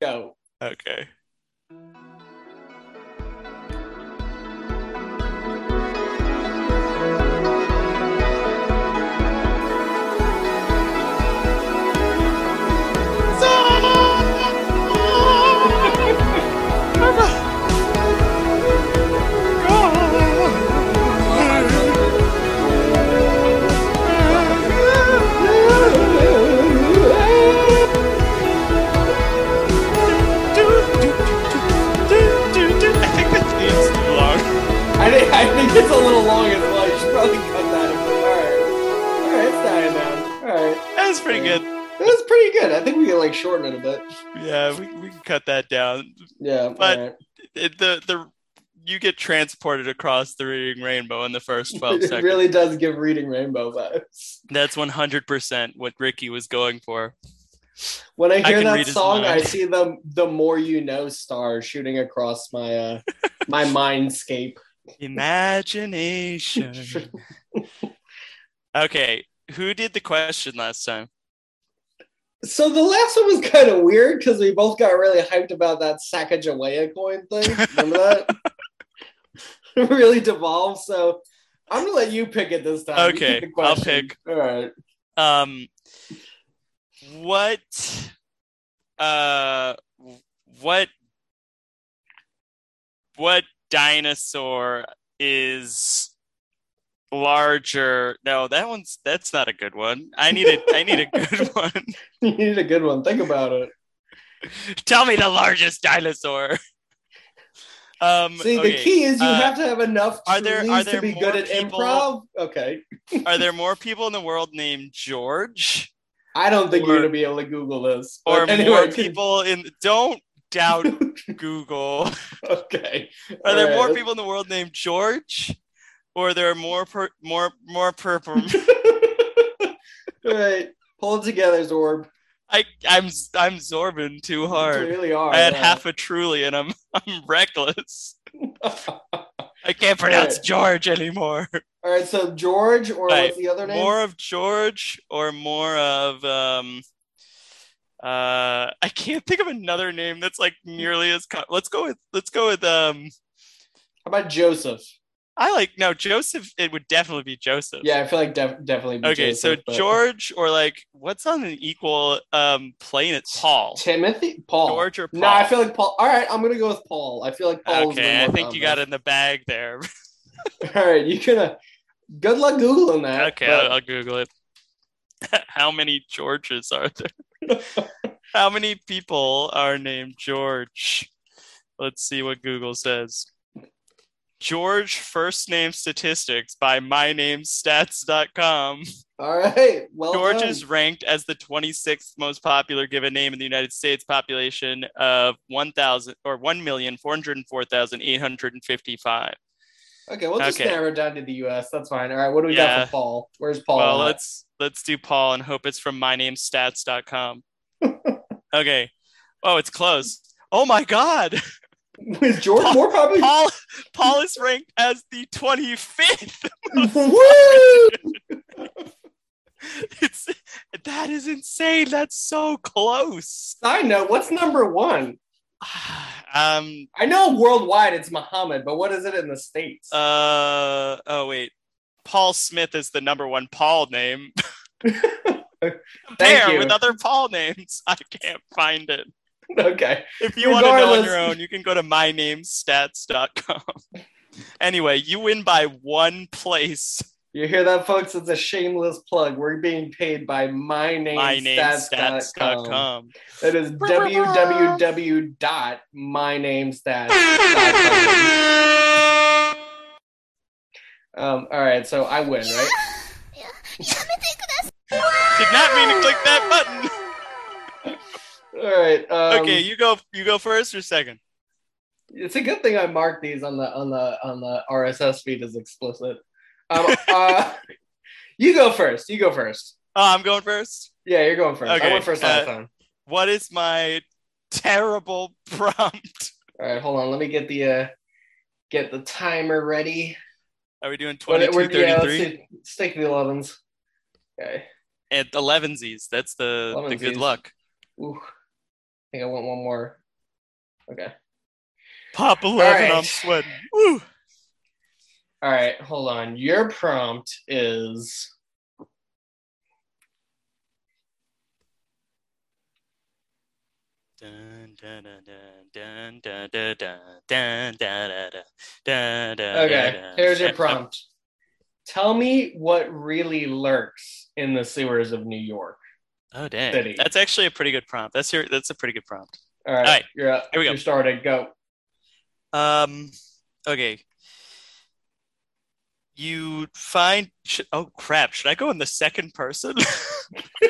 go. Okay. I think that is too long. I think I think it's a little long as well. You should probably cut that. All right, all right, it's dying down. All right, That's pretty good. that was pretty good. I think we can like shorten it a bit. Yeah, we, we can cut that down. Yeah, But- all right. It, the the you get transported across the reading rainbow in the first twelve it seconds. really does give reading rainbow vibes. That's one hundred percent what Ricky was going for. When I I hear can that read his song, I mind. see the the more you know star shooting across my uh, my mindscape. Imagination. okay, who did the question last time? So the last one was kind of weird because we both got really hyped about that Sacagawea coin thing. Remember that? it really devolved. So I'm gonna let you pick it this time. You Okay, the I'll question. pick. All right. Um, what? Uh, what? What dinosaur is larger? No, that one's that's not a good one. I need a I need a good one. You need a good one. Think about it. Tell me the largest dinosaur. Um, See, the okay, key is you uh, have to have enough are there- are trulies to there be more good at people- improv. Okay. Are there more people in the world named George? I don't think Or- you're gonna be able to Google this. Or But anyway, more can- people in don't doubt Google. Okay. Are there more Alright. people in the world named George? Or there are more per, more more purple? All right. Pull it together, Zorb. I I'm I'm zorbing too You hard. really are. I had yeah. half a truly and I'm I'm reckless. I can't pronounce Alright. George anymore. All right, so George, or Right, what's the other name? More of George or more of um uh I can't think of another name that's like nearly as co- let's go with let's go with um How about Joseph? I like no Joseph it would definitely be Joseph. Yeah, I feel like def- definitely. Be Okay, so Joseph, but- George or like what's on an equal um plane? It's Paul. Timothy, Paul. George or Paul. No, I feel like Paul. All right, I'm gonna go with Paul. I feel like Paul. is the okay, I more think you got common. it in the bag there. All right, you gonna. Good luck googling that. okay, but- I'll, I'll Google it. How many Georges are there? How many people are named George? Let's see what Google says. George first name statistics by mynamestats.com. all right. Well, George done. is ranked as the 26th most popular given name in the United States population of 1,000 or 1,404,855. okay. We'll just okay. narrow it down to the U.S. That's fine. All right, what do we got Yeah. for Paul? Where's Paul? Well, at? let's let's do Paul and hope it's from mynamestats.com. okay. Oh, it's close. Oh my god. Is George Paul- more popular? Paul Paul is ranked as the 25th. Woo! It's that is insane. That's so close. I know. What's number one? Um I know worldwide it's Muhammad, but what is it in the states? Uh oh wait. Paul Smith is the number one Paul name. Pair you. with other Paul names. I can't find it. okay. If you want to know on Regardless. your own, you can go to mynamestats.com. anyway, you win by one place. You hear that, folks? It's a shameless plug. We're being paid by mynamestats.com. mynamestats.com. That is www.mynamestats. Um, all right, so I win, right? やめてください Did not mean to click that button. All right. Um, Okay, you go you go first or second? It's a good thing I marked these on the on the on the RSS feed as explicit. Um, uh, you go first. You go first. Oh, I'm going first. Yeah, you're going first. I Okay, went first uh, last time. What is my terrible prompt? All right, hold on. Let me get the uh, get the timer ready. Are we doing What- 22, we're- yeah, let's 33? do- stick to the 11s. Okay. At elevensies. That's the, the good Elevensies. luck. Ooh. think I want one more. Okay. Pop 11, right. I'm sweating. Woo! All right, hold on. Your prompt is Dun, dun, dun, dun, dun, dun, dun, dun, dun, dun, dun, dun, dun, okay. dun, Here's your dun, dun. prompt. Tell me what really lurks in the sewers of New York. Oh dang. City. That's actually a pretty good prompt. That's your that's a pretty good prompt. All right, All right, you're up. here we go. You're started. Go. Um okay. You find sh- oh crap, should I go in the second person?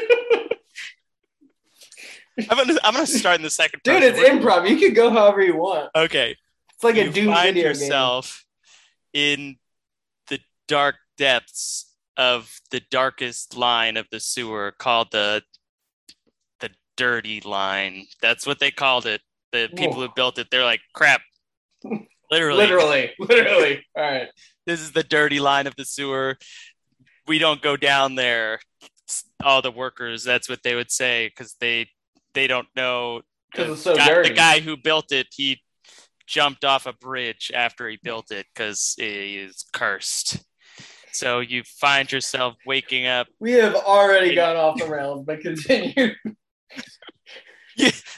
I'm gonna I'm gonna start in the second Dude, person. it's improv. You can go however you want. okay. It's like a you Doom find video yourself in the dark depths of the darkest line of the sewer called the the dirty line that's what they called it the people Whoa. who built it they're like crap game. literally, Literally, literally. All right. this is the dirty line of the sewer we don't go down there It's all the workers that's what they would say because they they don't know Because it's so guy- dirty. The guy who built it, he jumped off a bridge after he built it because he is cursed. So you find yourself waking up. We have already gone off the rails, but continue.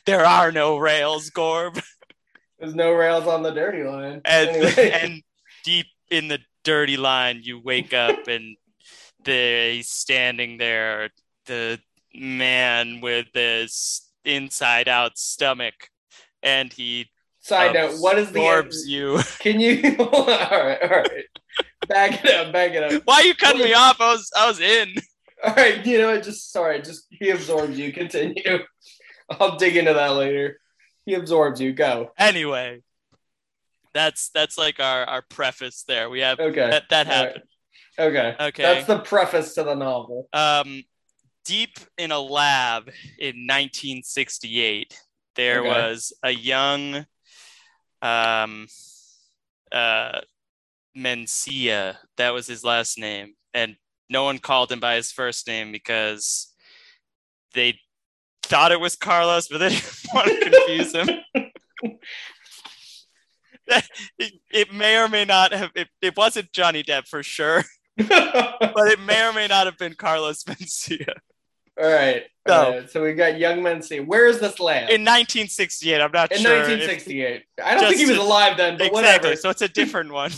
There are no rails, Gorb, There's no rails on the dirty line. and Anyway. and deep in the dirty line, you wake up and they he's standing there, the man with this inside-out stomach, and he Side note: What is the absorbs you. Can you? all right, all right. Back it up, back it up. Why you cutting me off? I was I was in. All right, you know what? Just sorry, just he absorbs you. Continue. I'll dig into that later. He absorbs you. Go. anyway that's that's like our our preface there we have Okay. that that All right. happened Okay. okay That's the preface to the novel. um deep in a lab in 1968 there Okay. was a young um uh mencia that was his last name and no one called him by his first name because they thought it was carlos but they didn't want to confuse him it, it may or may not have it, it wasn't johnny depp for sure all but it may or may not have been Carlos Mencia. right. So- All right, So we got young men. See, where is this land? In 1968, I'm not In sure. if- 1968. I don't Just think he was to- alive then, but exactly, whatever. so it's a different one.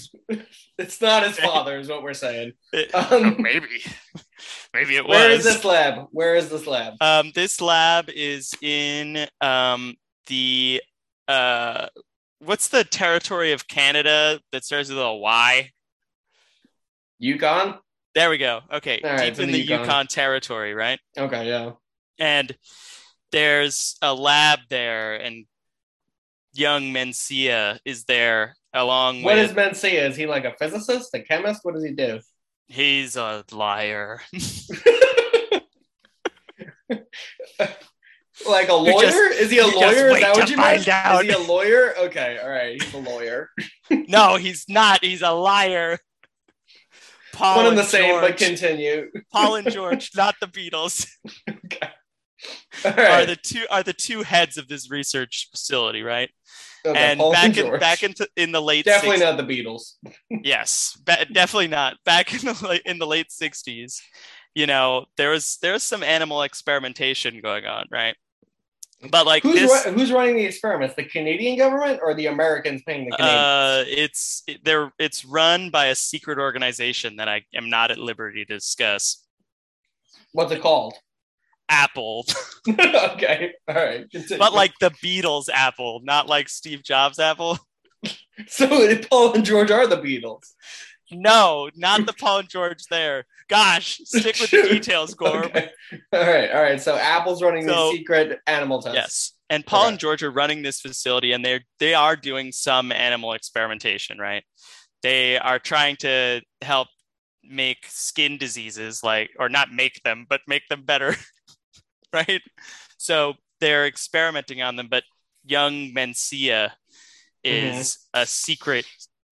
It's not his father, is what we're saying. It- Um, maybe, maybe Oh, it Where was. is this lab? Where is this lab? Um, this lab is in um, the uh, what's the territory of Canada that starts with a Y? Yukon? There we go. Okay, All right, deep so in the the Yukon. Yukon territory, right? Okay, yeah. and there's a lab there and young mencia is there along What with does Mencia? Is he like a physicist, a chemist? What does he do? he's a liar Like a You lawyer? just- is he a you just lawyer? Is wait that what to you find meant? out. Is he a lawyer? Okay, all right. He's a lawyer. no he's not he's a liar paul One and and the same, but Oh, George- continue. paul and george not the beatles All are right. the two are the two heads of this research facility right Okay, and Paul back in George. back into in the late Definitely 60s not the Beatles. yes ba- definitely not back in the late in the late 60s you know there was there was some animal experimentation going on right but like Who's, this ru- who's running the experiments? The Canadian government or the Americans paying the Canadians? uh it's it- they're it's run by a secret organization that i am not at liberty to discuss What's it called? apple okay, all right. continue. but like the beatles apple not like steve jobs apple so Paul and George are the Beatles. no not the paul and george there gosh stick with the Shoot. details gorb Okay. All right, all right. So Apple's running So- the secret animal test. Yes. And Paul Okay. and George are running this facility and they're they are doing some animal experimentation, right? They are trying to help make skin diseases like or not make them, but make them better. right? So they're experimenting on them, but young Mencia Mm-hmm. is a secret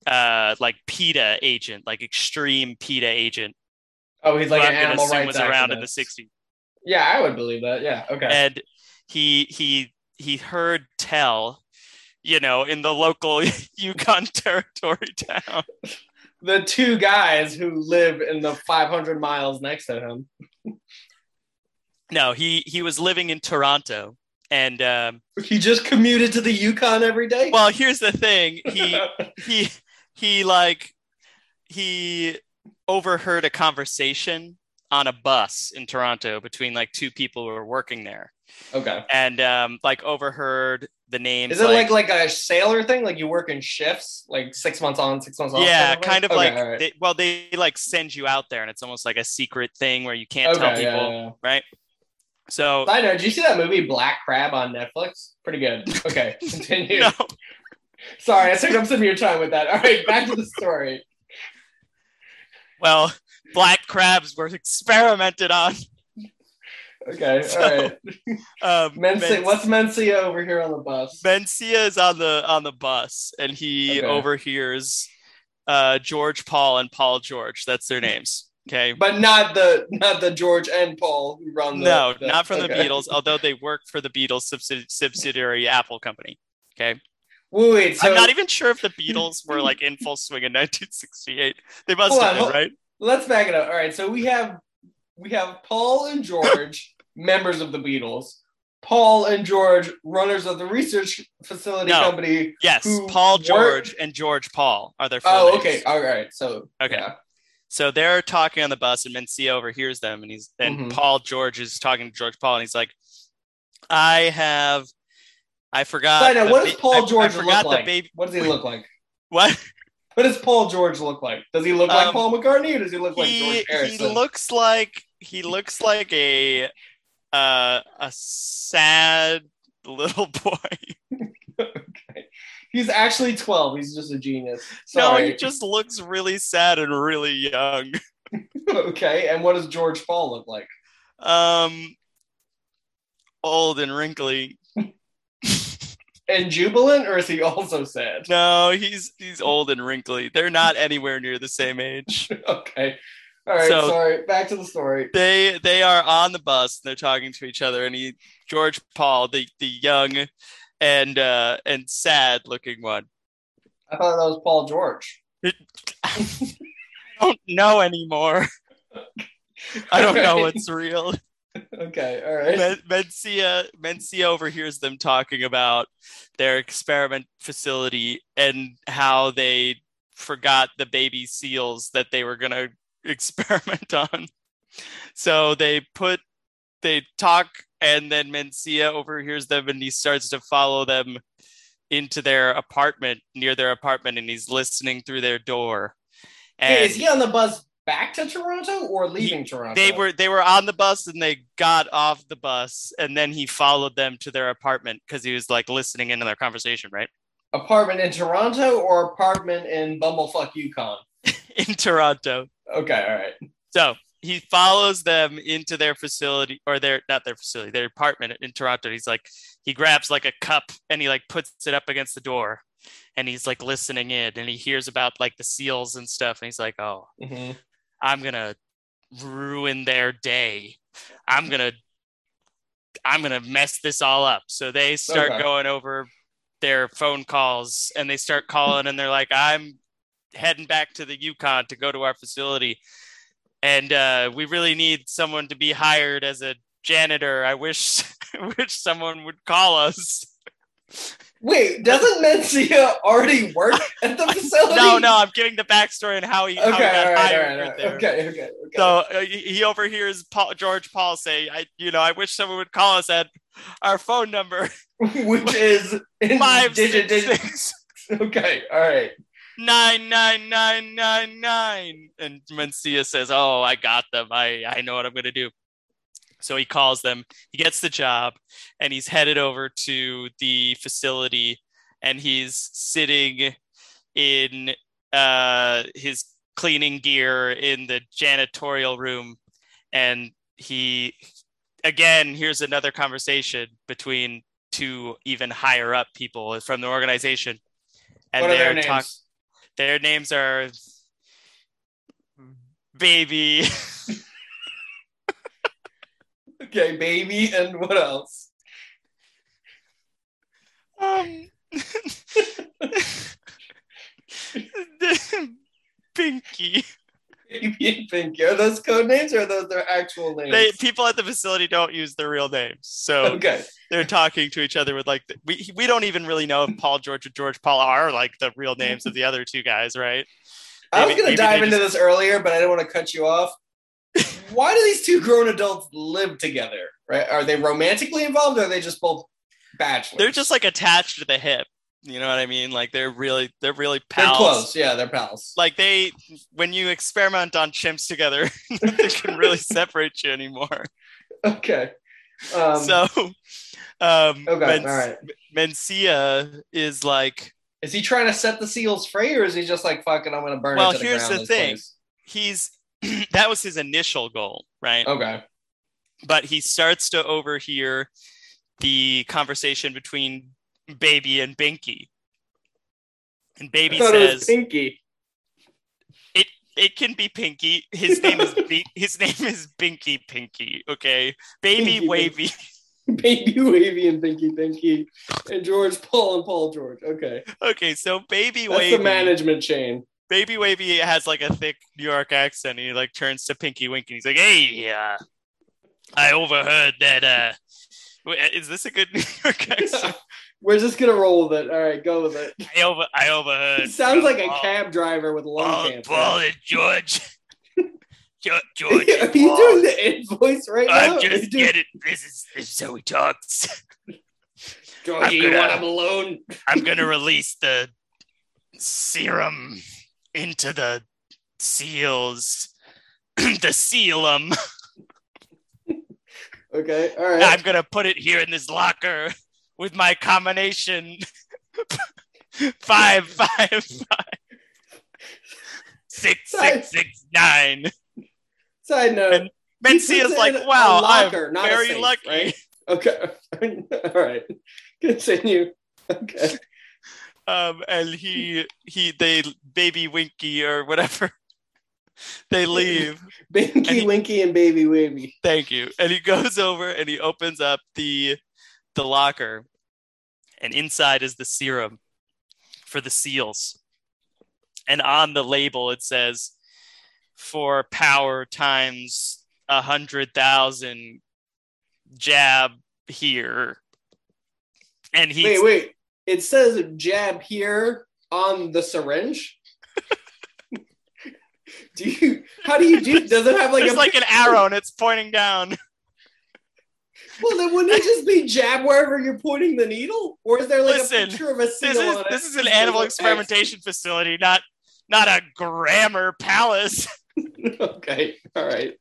uh like PETA agent, like extreme PETA agent. Oh, he's who like an I'm gonna animal assume rights was around in activist. the 60s. Yeah, I would believe that. Yeah. Okay. and he he he heard tell, you know, in the local Yukon territory town. The two guys who live in the 500 miles next to him. No, he he was living in Toronto, and um, He just commuted to the Yukon every day. well, here's the thing: he he he like he overheard a conversation on a bus in Toronto between like two people who were working there, okay. and um, like overheard the names. Is it like, like a sailor thing? Like you work in shifts, like six months on, six months off? yeah, type kind of Okay, like all right. they, well, they like send you out there, and it's almost like a secret thing where you can't tell Okay, people, yeah, yeah, yeah. right? So I know. Did you see that movie Black Crab on Netflix? Pretty good. Okay, continue. no, Sorry, I took up some of your time with that. All right, back to the story. well, black crabs were experimented on. Okay, So, all right. Um, Mencia, men- what's Mencia over here on the bus? Mencia is on the on the bus, and he Okay. overhears uh, George Paul and Paul George. That's their names. Okay. But not the not the George and Paul who run the No, the- not from the okay. Beatles, although they work for the Beatles subsidi- subsidiary Apple company. Okay. Wait, wait, so I'm not even sure if the Beatles were like in full swing in 1968. They must Hold have on, been, hold- right? let's back it up. All right, so we have we have Paul and George, members of the Beatles. Paul and George, runners of the research facility No. company. Yes. who Paul were- George and George Paul are their full Oh, names. okay. All right. So Okay. yeah. So they're talking on the bus, and Mencia overhears them, and he's and Mhm. Paul George is talking to George Paul, and he's like, "I have, I forgot." Side note, Uh, the what does ba- Paul I- I George forgot look the like? baby. What does he look like? What What does Paul George look like? Does he look like Um, Paul McCartney or does he look like he George he Harrison? looks like he looks like a uh, a sad little boy. He's actually 12. He's just a genius. No, he Sorry. just looks really sad and really young. okay. And what does George Paul look like? Um, old and wrinkly. And jubilant or is he also sad? No, he's he's old and wrinkly. They're not anywhere near the same age. Okay. All right. So- sorry. Back to the story. they they are on the bus and they're talking to each other and he george paul the the young and uh and sad looking one I thought that was Paul George. i don't know anymore i don't know what's real Okay. All right. Men- mencia mencia overhears them talking about their experiment facility and how they forgot the baby seals that they were going to experiment on so they put they talk and then mencia overhears them and he starts to follow them into their apartment near their apartment and he's listening through their door Hey, is he on the bus back to Toronto or leaving Toronto? they were they were on the bus and they got off the bus and then he followed them to their apartment because he was like listening into their conversation right apartment in Toronto or apartment in Bumblefuck Yukon. in toronto Okay. All right. so he follows them into their facility or their not their facility their apartment in toronto he's like he grabs like a cup and he like puts it up against the door and he's like listening in and he hears about like the seals and stuff and he's like oh Mhm. I'm gonna ruin their day. I'm gonna I'm gonna mess this all up. So they start Okay. going over their phone calls and they start calling and they're like, I'm heading back to the Yukon to go to our facility. And uh, we really need someone to be hired as a janitor. I wish I wish someone would call us. Wait, doesn't Mencia already work at the facility? No, no, I'm giving the backstory and how he, Okay, all how he got right, all hired right, all right. there. okay, okay, okay. So uh, he he overhears Paul, George Paul say, "I, you know, I wish someone would call us at our phone number Which is in five digit, six digit. six Okay, all right. nine nine nine nine nine." And Mencia says, "Oh, I got them. I, I know what I'm gonna do." So he calls them. He gets the job, and he's headed over to the facility, and he's sitting in uh, his cleaning gear in the janitorial room and he again here's another conversation between two even higher up people from the organization and what are their they're names? talk- their names are Hmm. baby Okay, baby, and what else? Um, Pinky. Baby and Pinky. Are those code names or are those their actual names? They, people at the facility don't use their real names, so okay. they're talking to each other with like the, we we don't even really know if Paul George or George Paul are like the real names of the other two guys, right? I was going maybe- to maybe they dive into this earlier, but I didn't want to cut you off. Why do these two grown adults live together? Right? Are they romantically involved or are they just both bachelors? They're just like attached to the hip. You know what I mean? Like they're really they're really They're pals. close. Yeah, they're pals. Like they when you experiment on chimps together, they can really separate you anymore. Okay. Um, so um okay. all Men- right. Mencia is like Is he trying to set the seals free or is he just like, fucking, I'm going to burn Well, it to the here's ground the this thing. place? he's that was his initial goal, right? Okay. But he starts to overhear the conversation between Baby and Binky. And Baby says it, Pinky. can be Pinky. His name is Bin- his name is Binky Pinky, okay? Baby Pinky Wavy. Baby Wavy and Pinky Pinky and George Paul and Paul George. Okay. Okay, so Baby That's Wavy the management chain. Baby Wavy has like a thick New York accent. And he like turns to Pinky Wink and he's like, "Hey, uh, I overheard that. Uh, wait, is this a good New York accent? We're just going to roll with it. All right, go with it. I over, I overheard. It sounds like a Paul- cab driver with lung Paul, cancer. Paul and George. George, Are George you and Paul. doing the end voice right now? I'm Are you just doing- getting. This is this is how he talks. Georgie, I'm you gonna- want him alone? I'm gonna release the serum into the seals. the sealum. Okay, all right. I'm gonna put it here in this locker with my combination five five five six Sorry. six six nine. Side note. And Ben he puts is it like, in a wow, locker, I'm not a very safe, lucky. right? Okay, all right. Continue. Okay. Um, and he he they baby Winky or whatever. They leave. Binky, And he- Winky, and Baby Wavy. Thank you. And he goes over and he opens up the the locker, and inside is the serum for the seals. And on the label it says, "For power times a hundred thousand jab here." And he Wait, wait. It says jab here on the syringe. do you? How do you do? Does it have like there's a? like an arrow and it's pointing down. well, then wouldn't it just be jab wherever you're pointing the needle? Or is there like a Listen, picture of a seal This is on it? this is an animal X. experimentation facility, not not a grammar palace. okay, all right.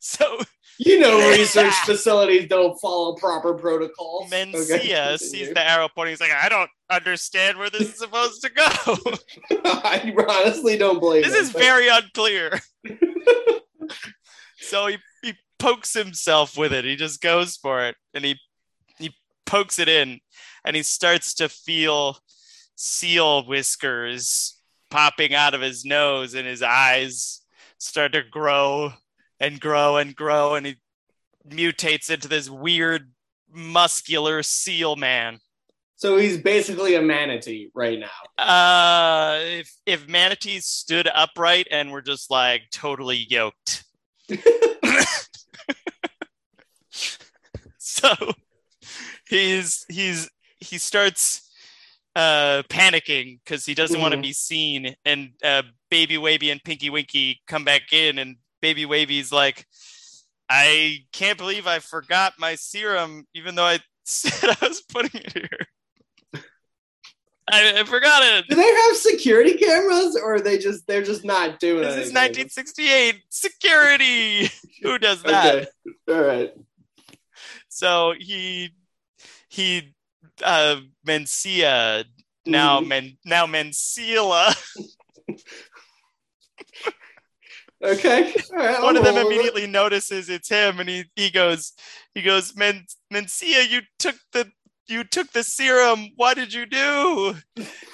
So You know, research facilities don't follow proper protocols. Mencia Okay, sees the arrow pointing. He's like, I don't understand where this is supposed to go. continue. I honestly don't blame. this him, is but- very unclear. so he, he pokes himself with it. He just goes for it and he he pokes it in and he starts to feel seal whiskers popping out of his nose and his eyes start to grow and grow and grow and he mutates into this weird muscular seal man. So he's basically a manatee right now. Uh, if if manatees stood upright and were just like totally yoked. so he's he's he starts uh panicking because he doesn't want to Mhm. be seen and uh baby wavy and pinky winky come back in and baby wavy's like i can't believe i forgot my serum even though i said i was putting it here I, I forgot it Do they have security cameras, or are they just they're just not doing This is anything? 1968 security. Who does that? Okay. All right. So he he uh Mencia Mm-hmm. now Men now Mencila. Okay. All right. One I'll of them roll with it. immediately notices it's him, and he he goes he goes Men Mencia, you took the you took the serum. What did you do?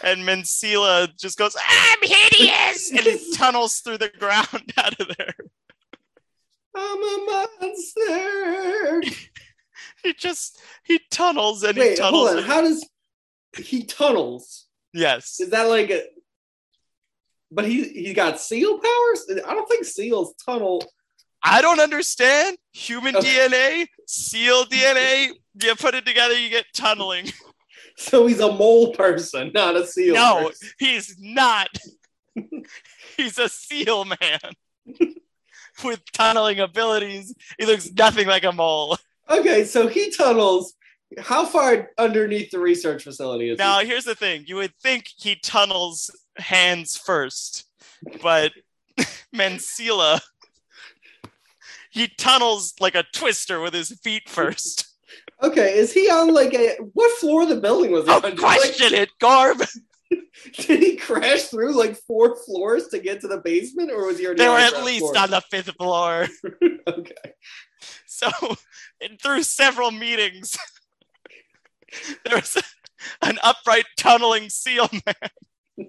And Mencila just goes, I'm hideous, and he tunnels through the ground out of there. I'm a monster. He just he tunnels and he Wait, tunnels. hold on. and- How does he tunnels? yes. Is that like a? But he he got seal powers. I don't think seals tunnel. I don't understand human Okay. DNA, seal DNA. You put it together, you get tunneling. So he's a mole person, not a seal. No, person. he's not. he's a seal man with tunneling abilities. He looks nothing like a mole. Okay, so he tunnels. How far underneath the research facility is Now, here's the thing you would think he tunnels hands first, but Mansilla, he tunnels like a twister with his feet first. he? Okay, is he on like a what floor of the building was he Don't on? Did, question it, Garb. Like, did he crash through like four floors to get to the basement, or was he already They on were the at ground least floor? on the fifth floor. Okay. So, and through several meetings, there was an upright tunneling seal man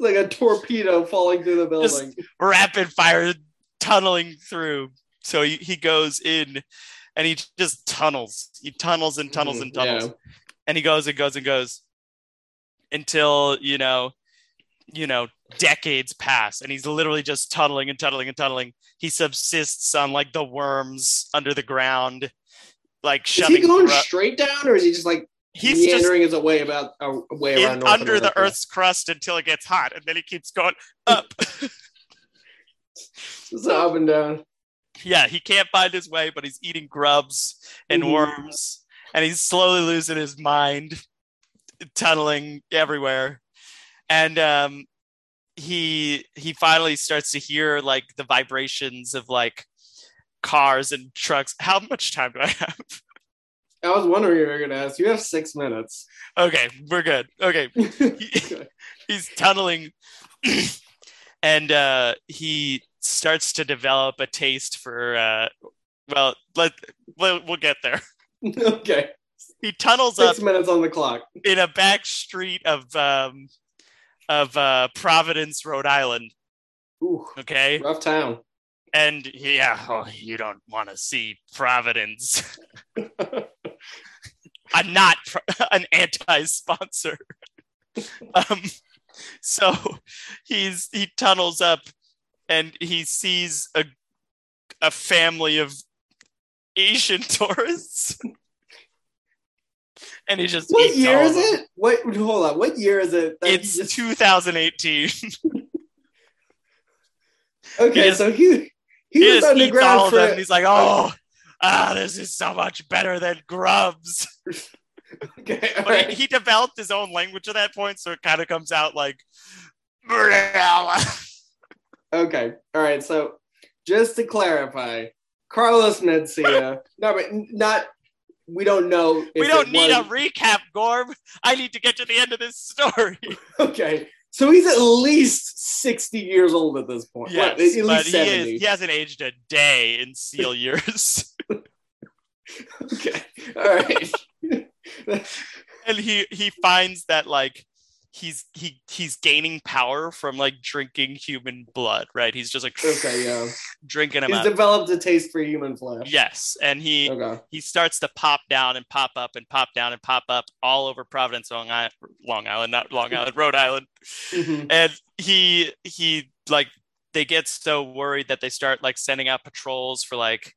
like a torpedo falling through the Just- building. rapid fire tunneling through. So he, he goes in and he just tunnels. He tunnels and tunnels and Mm, tunnels. yeah. And he goes and goes and goes until, you know, you know, decades pass and he's literally just tunneling and tunneling and tunneling. He subsists on like the worms under the ground, like Is shoving he going gro- straight down, or is he just like he's just meandering his way about a a way in- around North under the America? earth's crust until it gets hot and then he keeps going Just up and down. yeah he can't find his way but he's eating grubs and Mhm. worms and he's slowly losing his mind tunneling everywhere and um he he finally starts to hear like the vibrations of like cars and trucks how much time do i have I was wondering if you were going to ask. You have six minutes. okay we're good okay he's tunneling and uh, he starts to develop a taste for uh, well let, let we'll get there okay, he tunnels up six minutes on the clock. in a back street of um, of uh, providence rhode island Ooh, okay rough town. and yeah oh, you don't want to see providence i'm not pro- an anti-sponsor um, so he's he tunnels up and he sees a a family of asian tourists and he just What eats year all is of them. it? What? Hold on. What year is it? that he it's just- 2018 okay. he just- so he he, he was just eats all underground of for them. and He's like, oh, ah, this is so much better than grubs. okay. all But right. he, he developed his own language at that point, so it kind of comes out like, yes, Okay. All right. So just to clarify, Carlos Mencia. no, but n- not. We don't know. If we don't it need was- a recap, Gorm. I need to get to the end of this story. Okay. So he's at least 60 years old at this point. yes, What, at least but he, 70. is, he hasn't aged a day in seal years, Okay. All right. and he he finds that like. He's he he's gaining power from like drinking human blood, right? He's just like Okay. Yeah. drinking him He's up. developed a taste for human flesh. yes, and he Okay. he starts to pop down and pop up and pop down and pop up all over Providence, Long Island, Long Island, not Long Island, Rhode Island. Mhm. And he he like they get so worried that they start like sending out patrols for like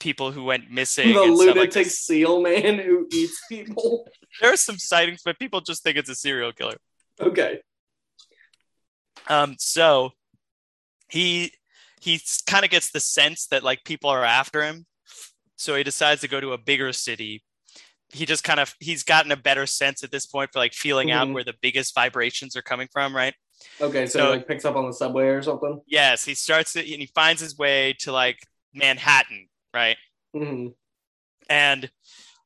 people who went missing. The and stuff like lunatic that. seal man who eats people. there are some sightings, but people just think it's a serial killer. Okay. Um, so he he kind of gets the sense that like people are after him, so he decides to go to a bigger city. He just kind of he's gotten a better sense at this point for like feeling out Mhm. where the biggest vibrations are coming from, right? Okay. So, So- he like picks up on the subway or something. Yes, he starts it and he finds his way to like Manhattan, right? Mhm. And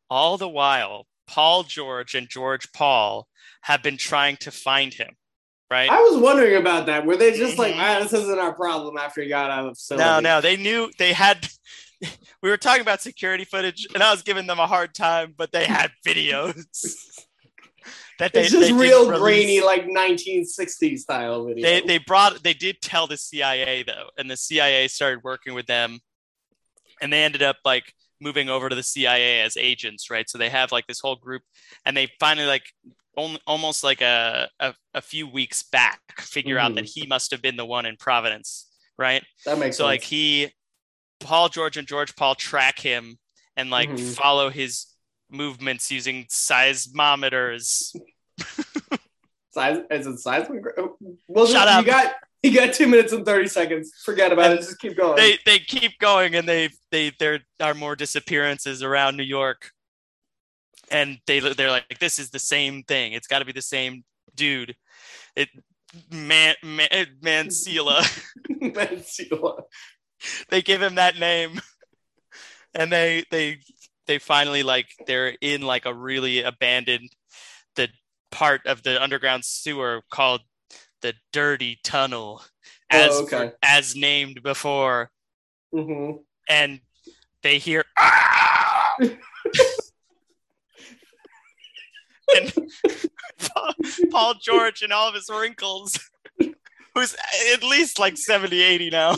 all the while, Paul George and George Paul have been trying to find him, right? I was wondering about that. Were they just like, Mhm. ah, this isn't our problem after he got out of facility? No, no, they knew they had. We were talking about security footage, and I was giving them a hard time, but they had videos that they It's just they didn't real release. grainy, like 1960s style video. They they brought they did tell the CIA though, and the CIA started working with them, and they ended up like moving over to the CIA as agents, right? So they have like this whole group, and they finally like on, almost like a, a a few weeks back figure out Mhm. that he must have been the one in Providence, right? That makes so sense. like he paul george and george paul track him and like Mhm. follow his movements using seismometers Size, is it seismic? Well, just, Shut up. You got you got two minutes and thirty seconds. Forget about it. Just keep going. they they keep going and they they there are more disappearances around new york and they they're like this is the same thing it's got to be the same dude it man, man mancilla Mancilla. they give him that name and they they they finally like they're in like a really abandoned the part of the underground sewer called the dirty tunnel as Oh, okay. as named before hmm and they hear "Ah!" and Paul, Paul George and all of his wrinkles who's at least like 70 80 now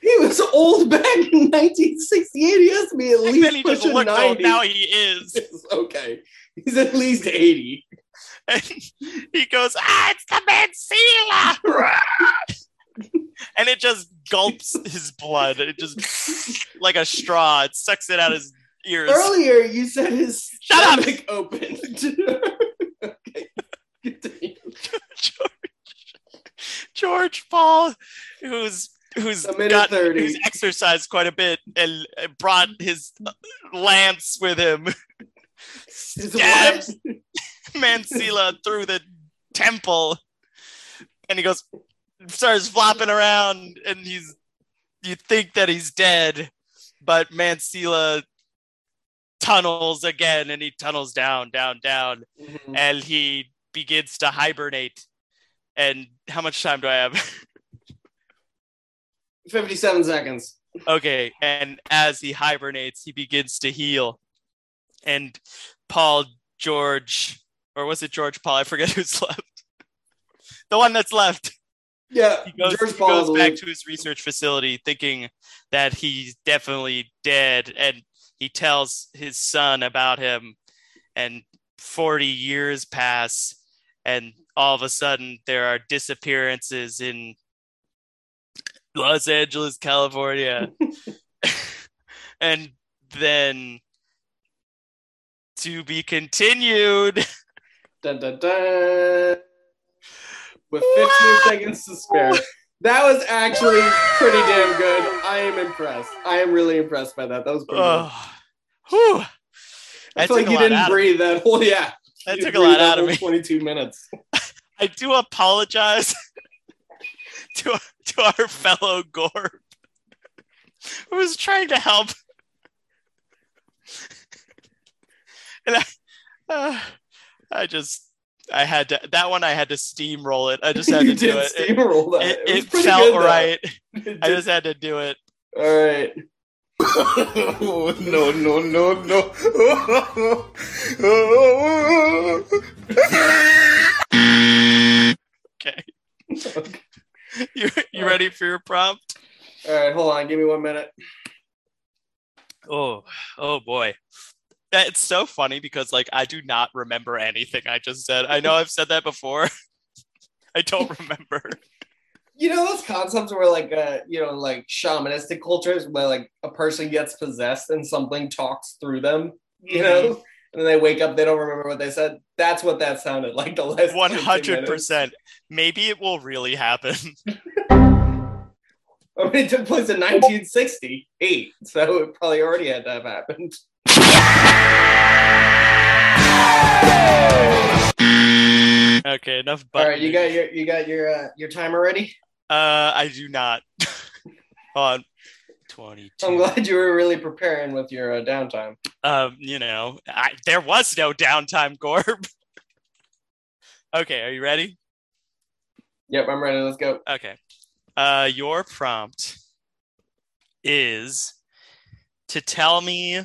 He was old back in 1968. He has to be at Back least then he just pushing looked 90. old. Now he is. It's okay. He's at least 80. And he goes, ah, it's the Mancilla! And it just gulps his blood. It just, like a straw, it sucks it out his ears. Earlier, you said his Shut up! stomach opened. okay. Continue. George Paul, who's who's A minute got 30. who's exercised quite a bit and brought his uh, lance with him, His Stabs. wife- Mancilla through the temple, and he goes starts flopping around, and he's you think that he's dead, but Mancilla tunnels again, and he tunnels down, down, down, Mhm. and he begins to hibernate. And how much time do I have? 57 seconds. Okay, and as he hibernates, he begins to heal. And Paul George, or was it George Paul? I forget who's left. The one that's left. Yeah. He goes, George he Paul goes is a back little- to his research facility thinking that he's definitely dead. And he tells his son about him. And 40 years pass. And all of a sudden, there are disappearances in Los Angeles, California. and then to be continued. Dun, dun, dun. With 15 Wow. seconds to spare. That was actually pretty damn good. I am impressed. I am really impressed by that. That was pretty good. Oh, whew. I That feel took like a you lot didn't out of me. breathe that whole yeah. That You took a breathed lot that out of whole me. 22 minutes. I do apologize to to our fellow Gorb who was trying to help. And I, uh, I just, I had to, that one I had to steamroll it. I just had you to do did it. It, steamroll that. it, was it pretty felt good, though. right. It I did- just had to do it. All right. Oh, no, no, no, no. Okay. You, you ready for your prompt? All right. Hold on. Give me one minute. Oh, oh boy. That's so funny because like I do not remember anything I just said. I know I've said that before. I don't remember. You know those concepts where like uh you know like shamanistic cultures where like a person gets possessed and something talks through them, you Mm-hmm. know, and then they wake up they don't remember what they said. That's what that sounded like the last 15 One hundred minutes. percent. Maybe it will really happen. I mean, it took place in 1968, so it probably already had to have happened. Okay, enough. All right, you got your you got your uh, your timer ready. Uh, I do not. Hold On twenty-two. I'm glad you were really preparing with your uh, downtime. um, you know, I, there was no downtime, Gorb. okay, are you ready? Yep, I'm ready. Let's go. Okay. Uh, your prompt is to tell me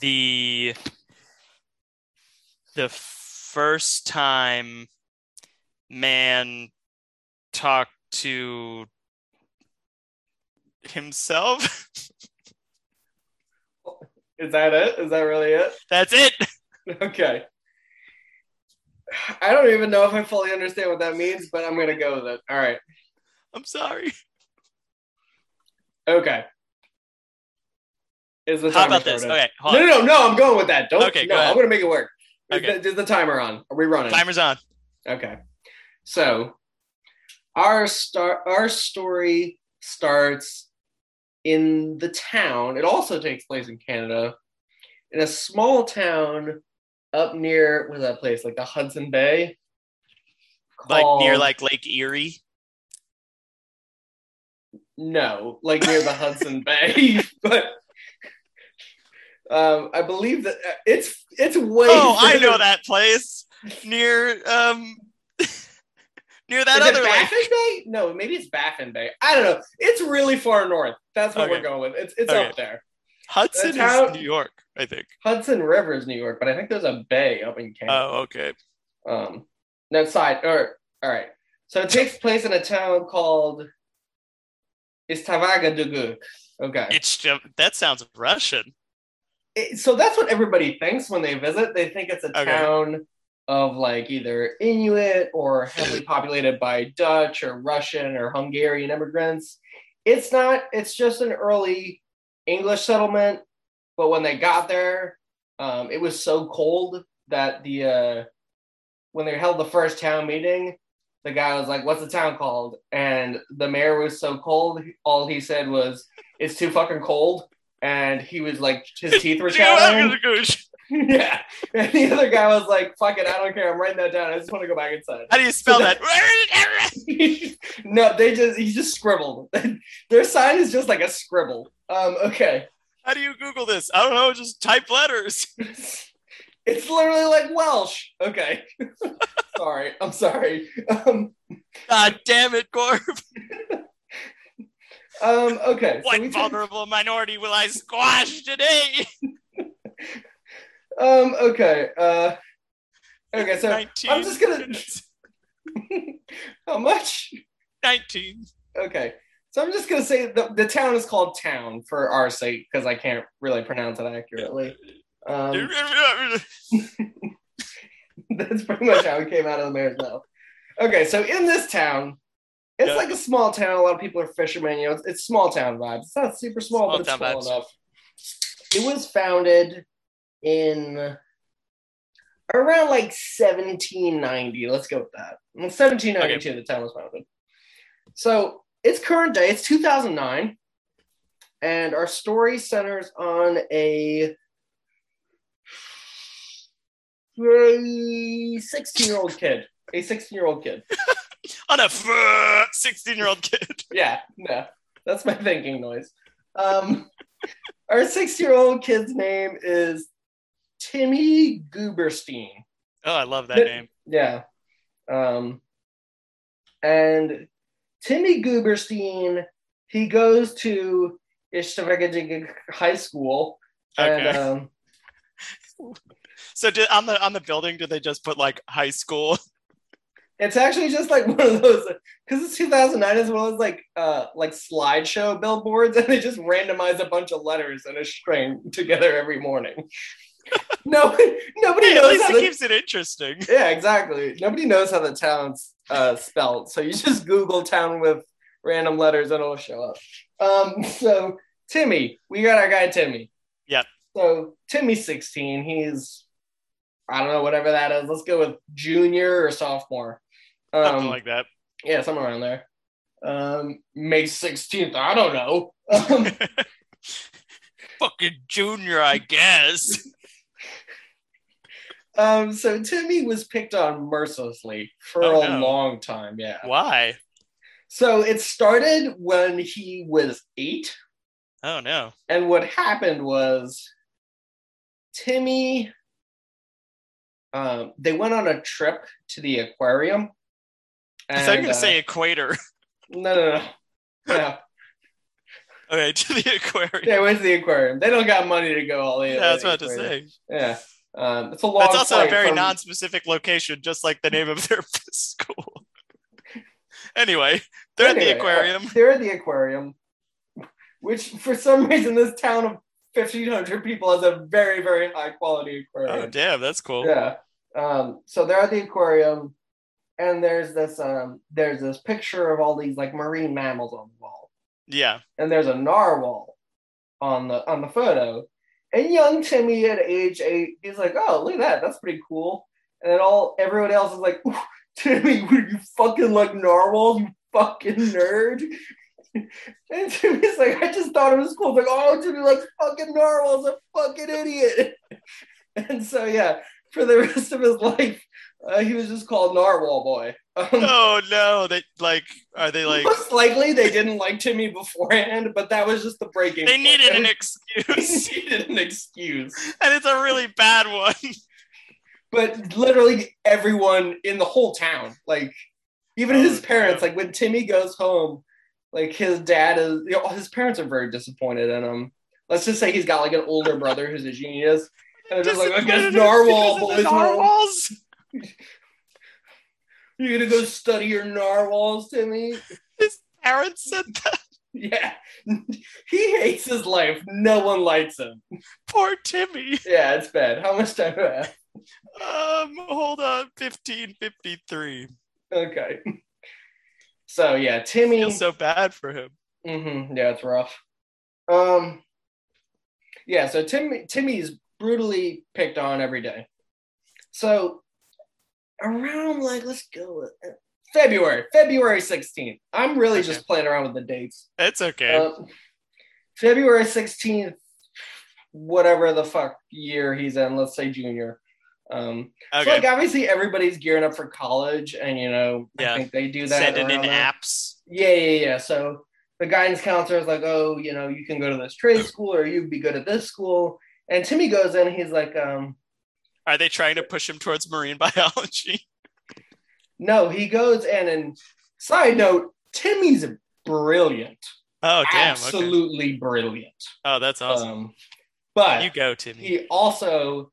the the first time man talked to himself. Is that it? Is that really it? That's it. Okay. I don't even know if I fully understand what that means, but I'm gonna go with it. All right. I'm sorry. Okay. Is the How timer about this? started? Okay, No, hold no, on. no, no. I'm going with that. Don't. Okay, no, go ahead. I'm gonna make it work. Is, Okay. the, is the timer on? Are we running? Timer's on. Okay. So our star our story starts in the town. It also takes place in Canada. In a small town up near what's that place? Like the Hudson Bay? Like near Called- like Lake Erie. No, like near the Hudson Bay. But um, I believe that uh, it's it's way Oh, I know further- that place. Near um near that Is other it lake. Baffin Bay? No, maybe it's Baffin Bay. I don't know. It's really far north. That's what we're Okay. going with. It's it's Okay. up there. Hudson That's how- is New York, I think. Hudson River is New York, but I think there's a bay up in Canada. Oh, okay. Um, that side. Or all right. So it takes place in a town called Istavagadougou. Okay. It's ju- that sounds Russian. It- so that's what everybody thinks when they visit. They think it's a Okay. town of like either Inuit or heavily populated by Dutch or Russian or Hungarian immigrants. It's not, it's just an early English settlement. But when they got there, um, it was so cold that the, uh, when they held the first town meeting, the guy was like, What's the town called? And the mayor was so cold, all he said was, It's too fucking cold. And he was like, his teeth were chattering How yeah. And the other guy was like, fuck it, I don't care. I'm writing that down. I just want to go back inside. do you spell that? no, they just he just scribbled. Their sign is just like a scribble. Um, okay. How do you Google this? I don't know. Just type letters. It's literally like Welsh. Okay. sorry. I'm sorry. Um, God damn it, Gorb. um okay. So we What take- vulnerable minority will I squash today? um okay. Uh okay, so 19 I'm just gonna minutes. how much? 19. Okay. So I'm just gonna say the, the town is called Town for our sake because I can't really pronounce it accurately. Um, that's pretty much how it came out of the mayor's mouth. Okay, so in this town, it's Yeah. like a small town. A lot of people are fishermen. You know, it's, it's small town vibes. It's not super small, but it's Small small town vibes. enough. It was founded in around like 1790. Let's go with that. Well, 1792, the town was founded. So it's current day. It's 2009, and our story centers on a 16 year old kid. A 16 year old kid. on a 16 year old kid. Yeah, no, that's my thinking noise. Um, our 16 year old kid's name is Timmy Gooberstein. Oh, I love that But- name. Yeah. Um, and Timmy Gooberstein, he goes to Ishtavagajig High School. And, Okay. um, so did, on the on the building, did they just put like high school? it's actually just like one of those because it's 2009 as well as like uh like slideshow billboards and they just randomize a bunch of letters and a string together every morning no nobody Hey, at knows least how it the- keeps it interesting. yeah exactly nobody knows how the town's uh spelled so you just google town with random letters and it'll show up um so timmy we got our guy timmy Yep. so timmy's 16 he's i don't know whatever that is let's go with junior or sophomore Something Um, like that. yeah, somewhere around there. Um, May 16th. I don't know. Um, Fucking junior, I guess. um, so Timmy was picked on mercilessly for Oh, a no. long time. Yeah. Why? So it started when he was eight. Oh no. And what happened was Timmy, um, they went on a trip to the aquarium. I thought you were and, gonna uh, say equator. no, no, no. no. okay, to the aquarium. They went to the aquarium. They don't got money to go all in. yeah, I was about to say. Yeah. Um, it's a long That's also a flight very from- non-specific location, just like the name of their school. anyway, they're at Anyway, uh, the aquarium. They're at the aquarium. which for some reason this town of 1500 people has a very very high quality aquarium Oh, damn, that's cool. yeah um so they're at the aquarium and there's this um there's this picture of all these like marine mammals on the wall Yeah. and there's a narwhal on the on the photo. And young Timmy at age eight, he's like, "Oh, look at that! That's pretty cool." And then all everyone else is like, "Ooh, "Timmy, would you fucking like narwhal? You fucking nerd!" and Timmy's like, "I just thought it was cool." It's like, "Oh, Timmy likes fucking narwhals. A fucking idiot." and so yeah, for the rest of his life, uh, he was just called Narwhal Boy. Um, Oh no, they like are they like most likely they didn't like Timmy beforehand, but that was just the breaking. they point. needed an they excuse needed an excuse. and it's a really bad one. But literally everyone in the whole town, like even Oh, his parents, like when Timmy goes home, like his dad is you know, his parents are very disappointed in him. Let's just say he's got like an older brother who's a genius. And they're just like, I guess narwhal Because boys of the narwhal. narwhals. You're gonna go study your narwhals, Timmy. His parents said that Yeah. he hates his life. No one likes him. poor Timmy. Yeah, it's bad. How much time do I have? Um hold on, fifteen fifty three. Okay. So yeah, Timmy. Feel so bad for him. hmm Yeah, it's rough. Um. Yeah, so Timmy Timmy's brutally picked on every day. So around like let's go with, uh, February February sixteenth. I'm really Okay. just playing around with the dates. It's okay. Um, February sixteenth, whatever the fuck year he's in. Let's say junior. Um, So okay. like obviously everybody's gearing up for college, and you know Yeah. I think they do that. Sending in around that. apps. Yeah, yeah, yeah. So the guidance counselor is like, oh, you know, you can go to this trade school or you'd be good at this school. And Timmy goes in, he's like, um, Are they trying to push him towards marine biology? no, he goes in. And side note, Timmy's brilliant, Oh damn. Okay. absolutely brilliant. Oh that's awesome. Um, but you go, Timmy. he also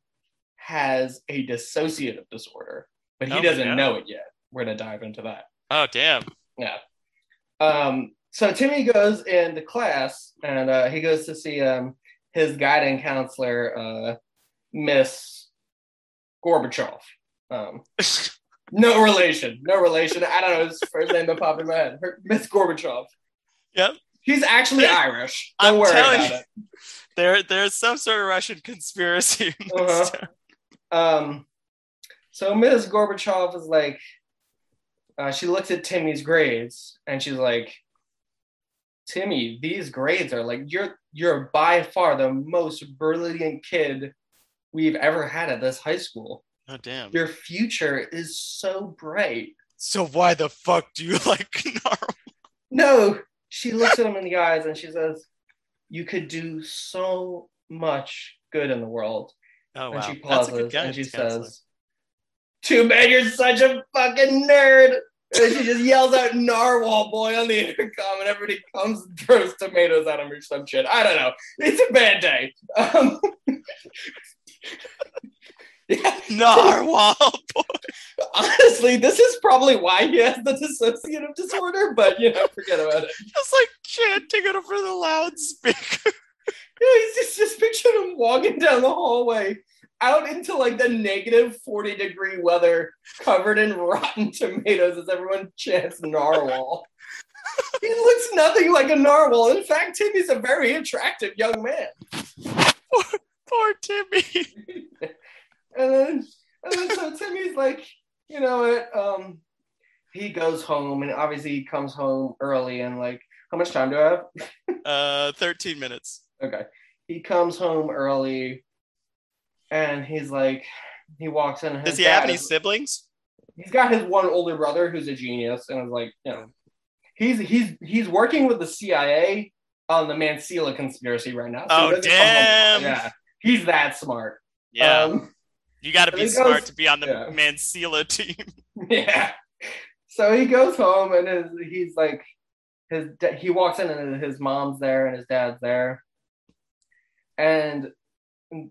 has a dissociative disorder, but he Oh my God. doesn't know it yet. We're gonna dive into that. Oh damn. Yeah. Um, so Timmy goes into class and uh, he goes to see um, his guiding counselor, uh, Miss Gorbachev. Um, no relation, no relation. I don't know his first name that popped in my head. Her- Miss Gorbachev. Yep. He's actually Yeah. Irish. Don't I'm worry telling about you. it. There, there's some sort of Russian conspiracy. In this Uh-huh. town. Um, so Miss Gorbachev is like, uh, she looks at Timmy's grades and she's like, Timmy, these grades are like you're you're by far the most brilliant kid we've ever had at this high school. Oh damn. Your future is so bright. So why the fuck do you like Gnarl? No, she looks at him in the eyes and she says, "You could do so much good in the world." Oh and wow, she that's pauses a good guy. and she says, "Too bad you're such a fucking nerd." And she just yells out "narwhal boy" on the intercom, and everybody comes and throws tomatoes at him or some shit. I don't know. It's a bad day. Um, yeah, "Narwhal." boy." honestly, this is probably why he has the dissociative disorder. But you know, forget about it. Just like chanting it over the loudspeaker. Yeah, he's just, just pictured him walking down the hallway out into like the negative 40 degree weather covered in rotten tomatoes as everyone chants narwhal. he looks nothing like a narwhal. In fact, Timmy's a very attractive young man. Poor Timmy. And then, and then so Timmy's like, you know what? Um, he goes home and obviously he comes home early and like, how much time do I have? Uh, thirteen minutes. Okay. He comes home early and he's like, he walks in. and Does his he have dad any is- siblings? He's got his one older brother who's a genius and is like, you know, he's he's he's working with the CIA on the Mansilla conspiracy right now. so Oh, he doesn't come home. damn. Yeah. He's that smart. Yeah, Um, you got to and be he goes- smart to be on the yeah. Mansilla team. yeah. So he goes home and his, he's like, his da- he walks in and his mom's there and his dad's there, and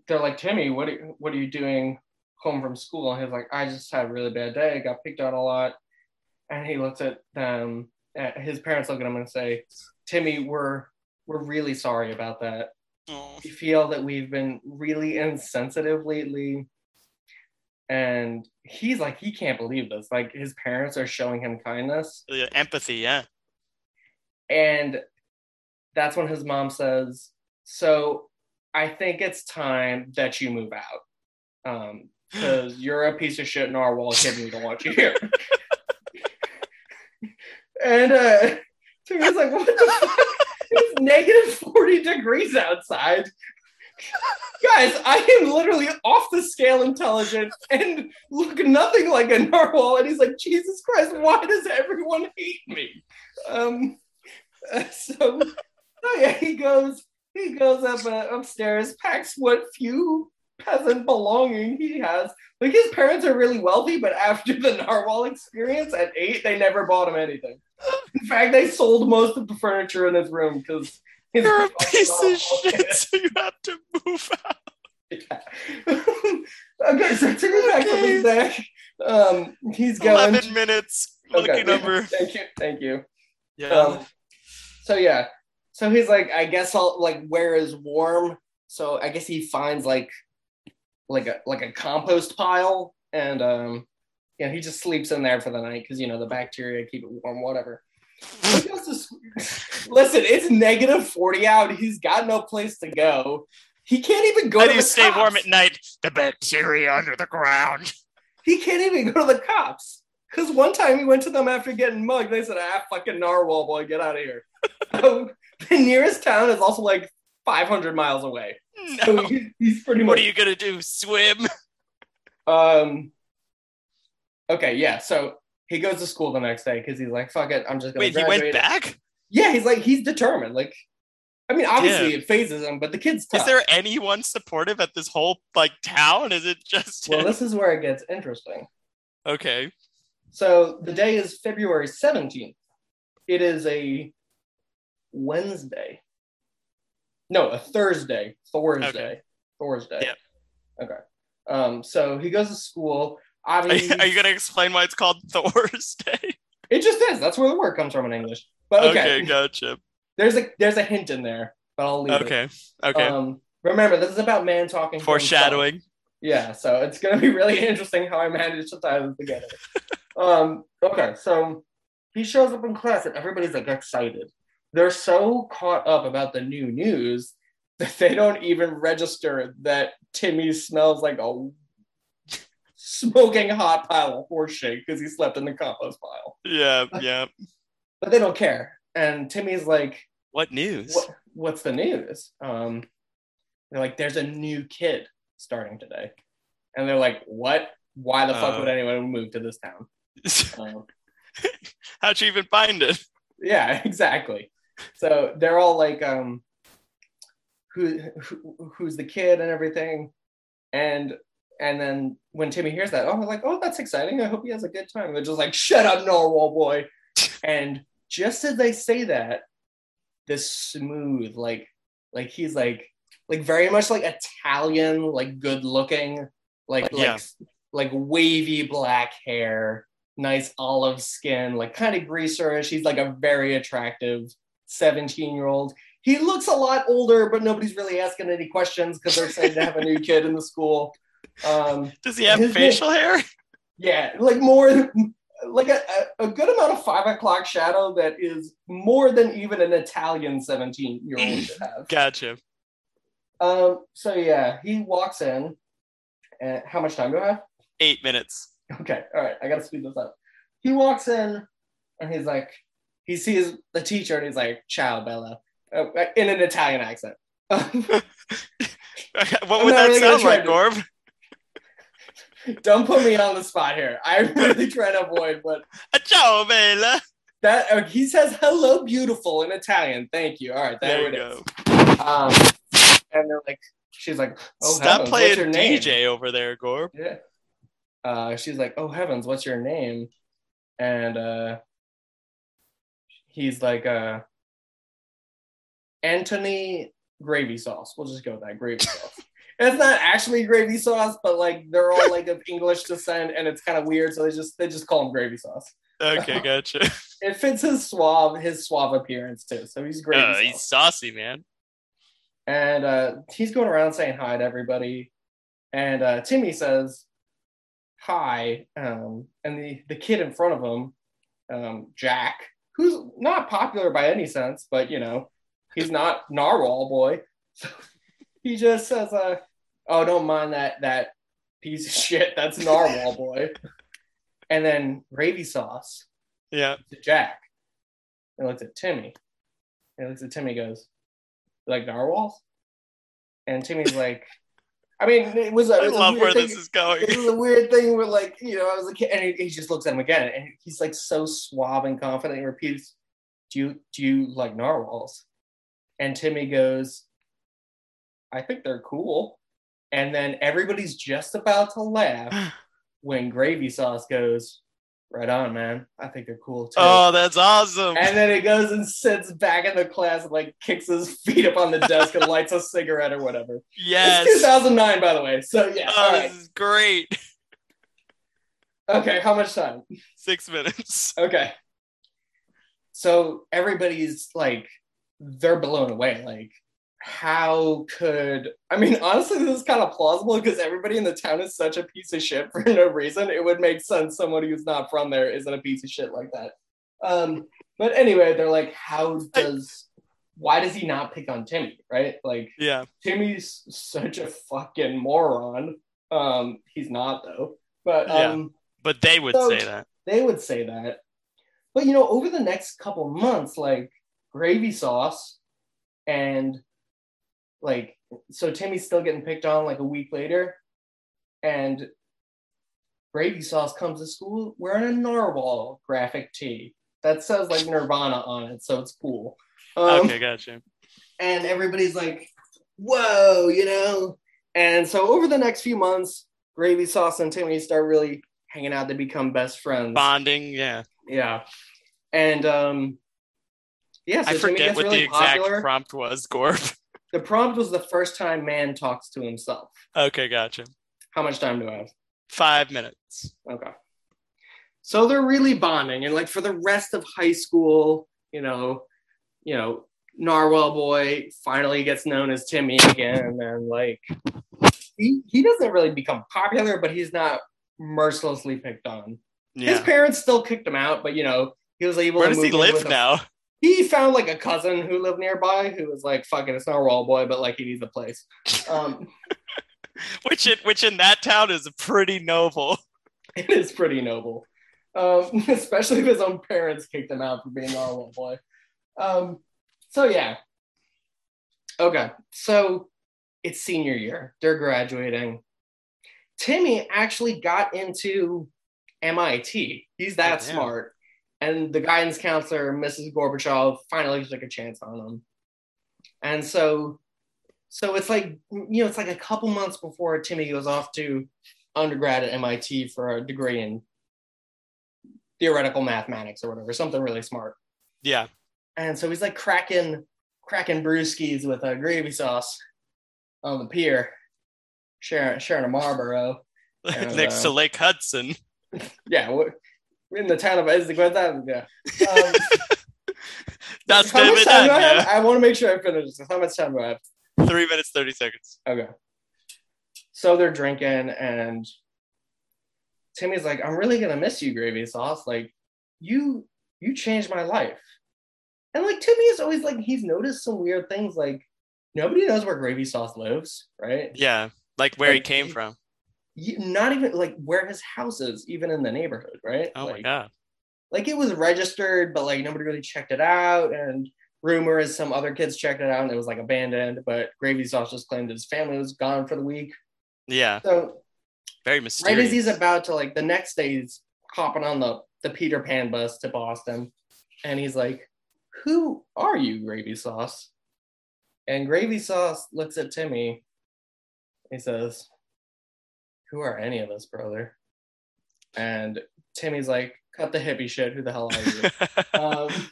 they're like, Timmy, what are, what are you doing home from school? And he's like, I just had a really bad day. I got picked on a lot. And he looks at them. At his parents look at him and say, Timmy, we're We're really sorry about that. Oh, We feel that we've been really insensitive lately. And he's like, he can't believe this. Like, his parents are showing him kindness. yeah, empathy, yeah. And that's when his mom says, So I think it's time that you move out. Um, because you're a piece of shit narwhal kid and we don't want you here. and uh Timmy's like, what the fuck? It's negative 40 degrees outside. Guys, I am literally off the scale intelligent and look nothing like a narwhal. And he's like, Jesus Christ, why does everyone hate me? Um, uh, so, so yeah, he goes, he goes up uh, upstairs, packs what few peasant belonging he has. Like his parents are really wealthy, but after the narwhal experience at eight, they never bought him anything. In fact, they sold most of the furniture in his room because he's You're a Ah, piece of shit, so you have to move out. okay, so Timmy back comes Okay. back. Um, he's going. 11 minutes. Lucky Okay. number. Thank you. Thank you. Yeah. Um, so yeah, so he's like, I guess I'll like where is warm. So I guess he finds like, like a like a compost pile, and um, you know he just sleeps in there for the night because you know the bacteria keep it warm, whatever. So he goes to s- Listen, it's negative forty out. He's got no place to go. He can't even go. How to do you the stay warm cops. at night? The bacteria under the ground. He can't even go to the cops. Because one time he went to them after getting mugged. They said, ah, fucking narwhal boy, get out of here. so the nearest town is also like 500 miles away. So No. he- he's pretty What much. are you gonna do? Swim? um, okay, yeah. So he goes to school the next day because he's like, fuck it, I'm just going to Wait, he graduate. went back? Yeah, he's like, he's determined. Like, I mean, obviously it phases him, but the kid's tough. Is there anyone supportive at this whole like town? Is it just well, him? this is where it gets interesting. okay? So the day is February 17th. It is a Wednesday. No, a Thursday. Thursday. Okay. Thursday. Yep. Okay. Um, so he goes to school. Are you, Obviously, are you gonna explain why it's called Thursday? it just is. That's where the word comes from in English. But okay, Okay, gotcha. there's a there's a hint in there, but I'll leave it. Okay, okay. Um, remember, this is about man talking. to himself. Foreshadowing. yeah so it's going to be really interesting how i managed to tie them together um okay so he shows up in class and everybody's like excited they're so caught up about the new news that they don't even register that timmy smells like a smoking hot pile of horse shit because he slept in the compost pile Yeah, Uh, yeah. but they don't care and timmy's like What news? what, what's the news? Um, they're like, there's a new kid starting today. And they're like, what? Why the fuck Oh. would anyone move to this town? Um, How'd you even find it? yeah, exactly. So they're all like, um, who, who who's the kid and everything, and and then when Timmy hears that, oh, like, oh, that's exciting. I hope he has a good time. They're just like, shut up, Norwal boy. and just as they say that, this smooth, like, like he's like, like very much like Italian, like good looking, like like Yeah. like wavy black hair, nice olive skin, like kind of greaserish. He's like a very attractive 17 year old. He looks a lot older, but nobody's really asking any questions because they're excited to have a new kid in the school. Um, Does he have His name- facial hair? yeah, like more, like a, a a good amount of five o'clock shadow that is more than even an Italian 17 year old should have. Gotcha. Um, so yeah, he walks in. And how much time do I have? Eight minutes. Okay, all right, I gotta speed this up. He walks in and he's like, he sees the teacher and he's like, ciao, Bella, uh, in an Italian accent. what I'm would not that really gonna sound like, try Gorb? Don't put me on the spot here. I'm really trying to avoid, but A Ciao, Bella. that uh, he says, hello, beautiful in Italian. Thank you. All right, there, There it is. we go. Um, and they're like, she's like, oh, Stop heavens, playing what's your name? DJ over there, Gorb. Yeah. Uh, she's like, "Oh heavens, what's your name?" And uh, he's like, uh, "Anthony Gravy Sauce." We'll just go with that gravy sauce. it's not actually gravy sauce, but like they're all like of English descent, and it's kind of weird, so they just they just call him gravy sauce. Okay, gotcha. It fits his suave his suave appearance too, so he's great. Uh, himself. he's saucy, man. and uh, he's going around saying hi to everybody. And uh, Timmy says hi, um, and the the kid in front of him, um, Jack, who's not popular by any sense, but you know, he's not narwhal boy. So he just says, uh, "Oh, don't mind that that piece of shit. That's narwhal boy." and then gravy sauce Yeah. to Jack and looks at Timmy. And looks at Timmy and goes, "You like narwhals? And Timmy's like, I mean, it was, it I was a love weird where thing. this is going. It was a weird thing where, like, you know, I was a kid, and he, he just looks at him again, and he's like so suave and confident. He repeats, "Do you do you like narwhals?" And Timmy goes, "I think they're cool." And then everybody's just about to laugh when Gravy Sauce goes, "Right on, man! I think they're cool too." Oh, that's awesome. And then he goes and sits back in the class and like kicks his feet up on the desk and lights a cigarette or whatever. It's Yes. 2009, by the way. So yeah. Oh, all right. this is great. Okay. How much time? Six minutes. Okay. So everybody's like, they're blown away. Like, how could I mean? Honestly, this is kind of plausible because everybody in the town is such a piece of shit for no reason. It would make sense someone who's not from there isn't a piece of shit like that. Um, but anyway, they're like, how does? Why does he not pick on Timmy? Right? Like, Yeah. Timmy's such a fucking moron. Um, he's not though. But Yeah. um, But they would So- say that. they would say that. But you know, over the next couple months, like gravy sauce and like so Timmy's still getting picked on like a week later. And gravy sauce comes to school wearing a narwhal graphic tee that says like Nirvana on it, so it's cool. Um, okay, gotcha. and everybody's like, whoa, you know? And so over the next few months, Gravy Sauce and Timmy start really hanging out. They become best friends. Bonding, yeah. Yeah. And um yeah, so I Timmy forget gets what really the exact popular. prompt was, Gorp. The prompt was the first time man talks to himself. Okay, gotcha. How much time do I have? Five minutes. Okay. So they're really bonding, and like for the rest of high school, you know, you know, Narwhal boy finally gets known as Timmy again, and like he, he doesn't really become popular, but he's not mercilessly picked on. His Yeah. parents still kicked him out, but you know, he was able Where to does he move in with live a- now? he found like a cousin who lived nearby who was like, fucking it's Narwhal boy, but like he needs a place. Um Which it, which in that town is pretty noble. it is pretty noble, um, especially if his own parents kicked him out for being a little boy. Um, so yeah. Okay, so it's senior year. They're graduating. Timmy actually got into MIT. He's that Oh, damn. smart. And the guidance counselor, Mrs. Gorbachev, finally took a chance on him. And so, so it's like you know, it's like a couple months before Timmy goes off to undergrad at MIT for a degree in theoretical mathematics or whatever, something really smart. Yeah. And so he's like cracking cracking brewskis with a gravy sauce on the pier, sharing sharing a Marlboro. Yeah, Next to well. Lake Hudson. Yeah, we're we're in the town of Esdiqueta. Yeah. Um, That's how much David time do I, Dunn, have? I want to make sure I finish this. How much time do I have? yeah. Three minutes, 30 seconds. Okay. So they're drinking, and Timmy's like, "I'm really gonna miss you, gravy sauce. Like, you you changed my life." And like Timmy is always like, he's noticed some weird things. Like, nobody knows where gravy sauce lives, right? Yeah. Like where he Like, came he- from. You, not even like where his house is, even in the neighborhood, right? Oh like, my God. like it was registered, but like nobody really checked it out. And rumor is some other kids checked it out and it was like abandoned. But Gravy Sauce just claimed his family was gone for the week. Yeah. So Very right mysterious. as he's about to like the next day, he's hopping on the the Peter Pan bus to Boston, and he's like, "Who are you, Gravy Sauce?" And Gravy Sauce looks at Timmy. He says, "Who are any of us, brother?" And Timmy's like, "Cut the hippie shit. Who the hell are you?" um,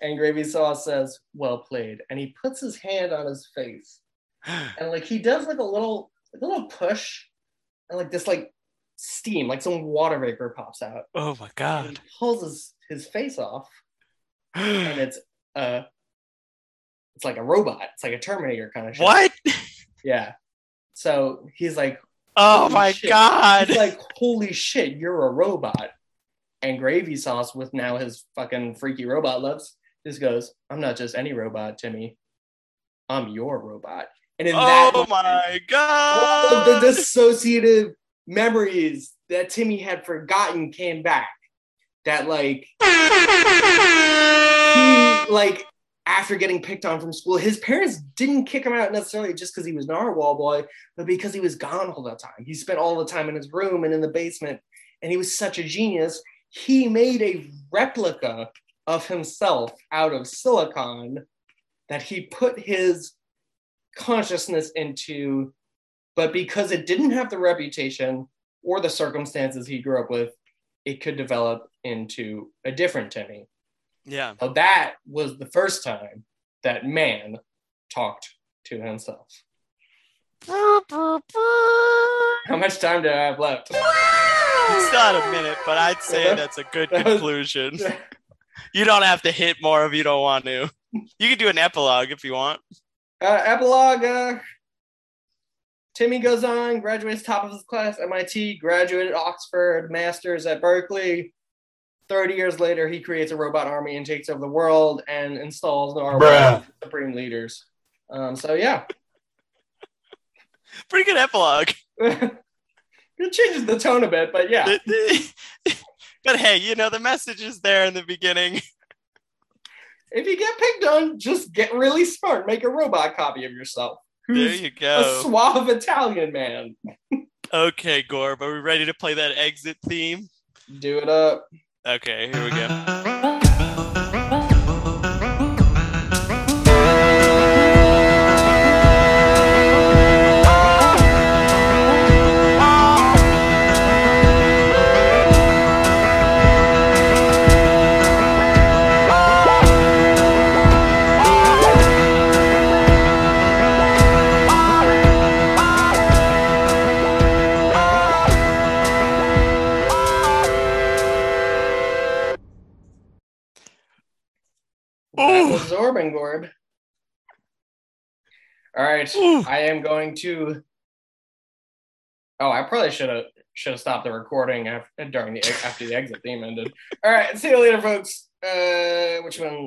and gravy sauce says well played and he puts his hand on his face and like he does like a little like a little push and like this like steam, like some water vapor pops out. Oh my And god. he pulls his, his face off, and it's uh it's like a robot. It's like a Terminator kind of shit. what? Yeah. So he's like, Oh Holy my shit. god. he's like, holy shit, you're a robot. And gravy sauce with now his fucking freaky robot loves just goes, I'm not just any robot, Jimmy. I'm your robot. And in that Oh moment, my all of god. the dissociative memories that Timmy had forgotten came back. That like he like after getting picked on from school, his parents didn't kick him out necessarily just because he was narwhal boy, but because he was gone all the time. He spent all the time in his room and in the basement, and he was such a genius. He made a replica of himself out of silicon that he put his consciousness into, but because it didn't have the reputation or the circumstances he grew up with, it could develop into a different Timmy. Yeah. So that was the first time that man talked to himself. How much time do I have left? Uh, It's not a minute, but I'd say that's a good conclusion. You don't have to hit more if you don't want to. You can do an epilogue if you want. Uh, epilogue. Uh, Timmy goes on, graduates top of his class, MIT, graduated Oxford, masters at Berkeley. 30 years later, he creates a robot army and takes over the world and installs the army Bruh. of supreme leaders. Um, so, yeah. Pretty good epilogue. it changes the tone a bit, but yeah. but hey, you know, the message is there in the beginning. If you get picked on, just get really smart. Make a robot copy of yourself. There Who's you a go. suave Italian man. Okay, Gorb, are we ready to play that exit theme? Do it up. Okay, here we go. That Ooh. was Zorban Gorb. All right. Ooh. I am going to. Oh, I probably should have should have stopped the recording after, during the after the exit theme ended. All right. See you later, folks. Uh, which one?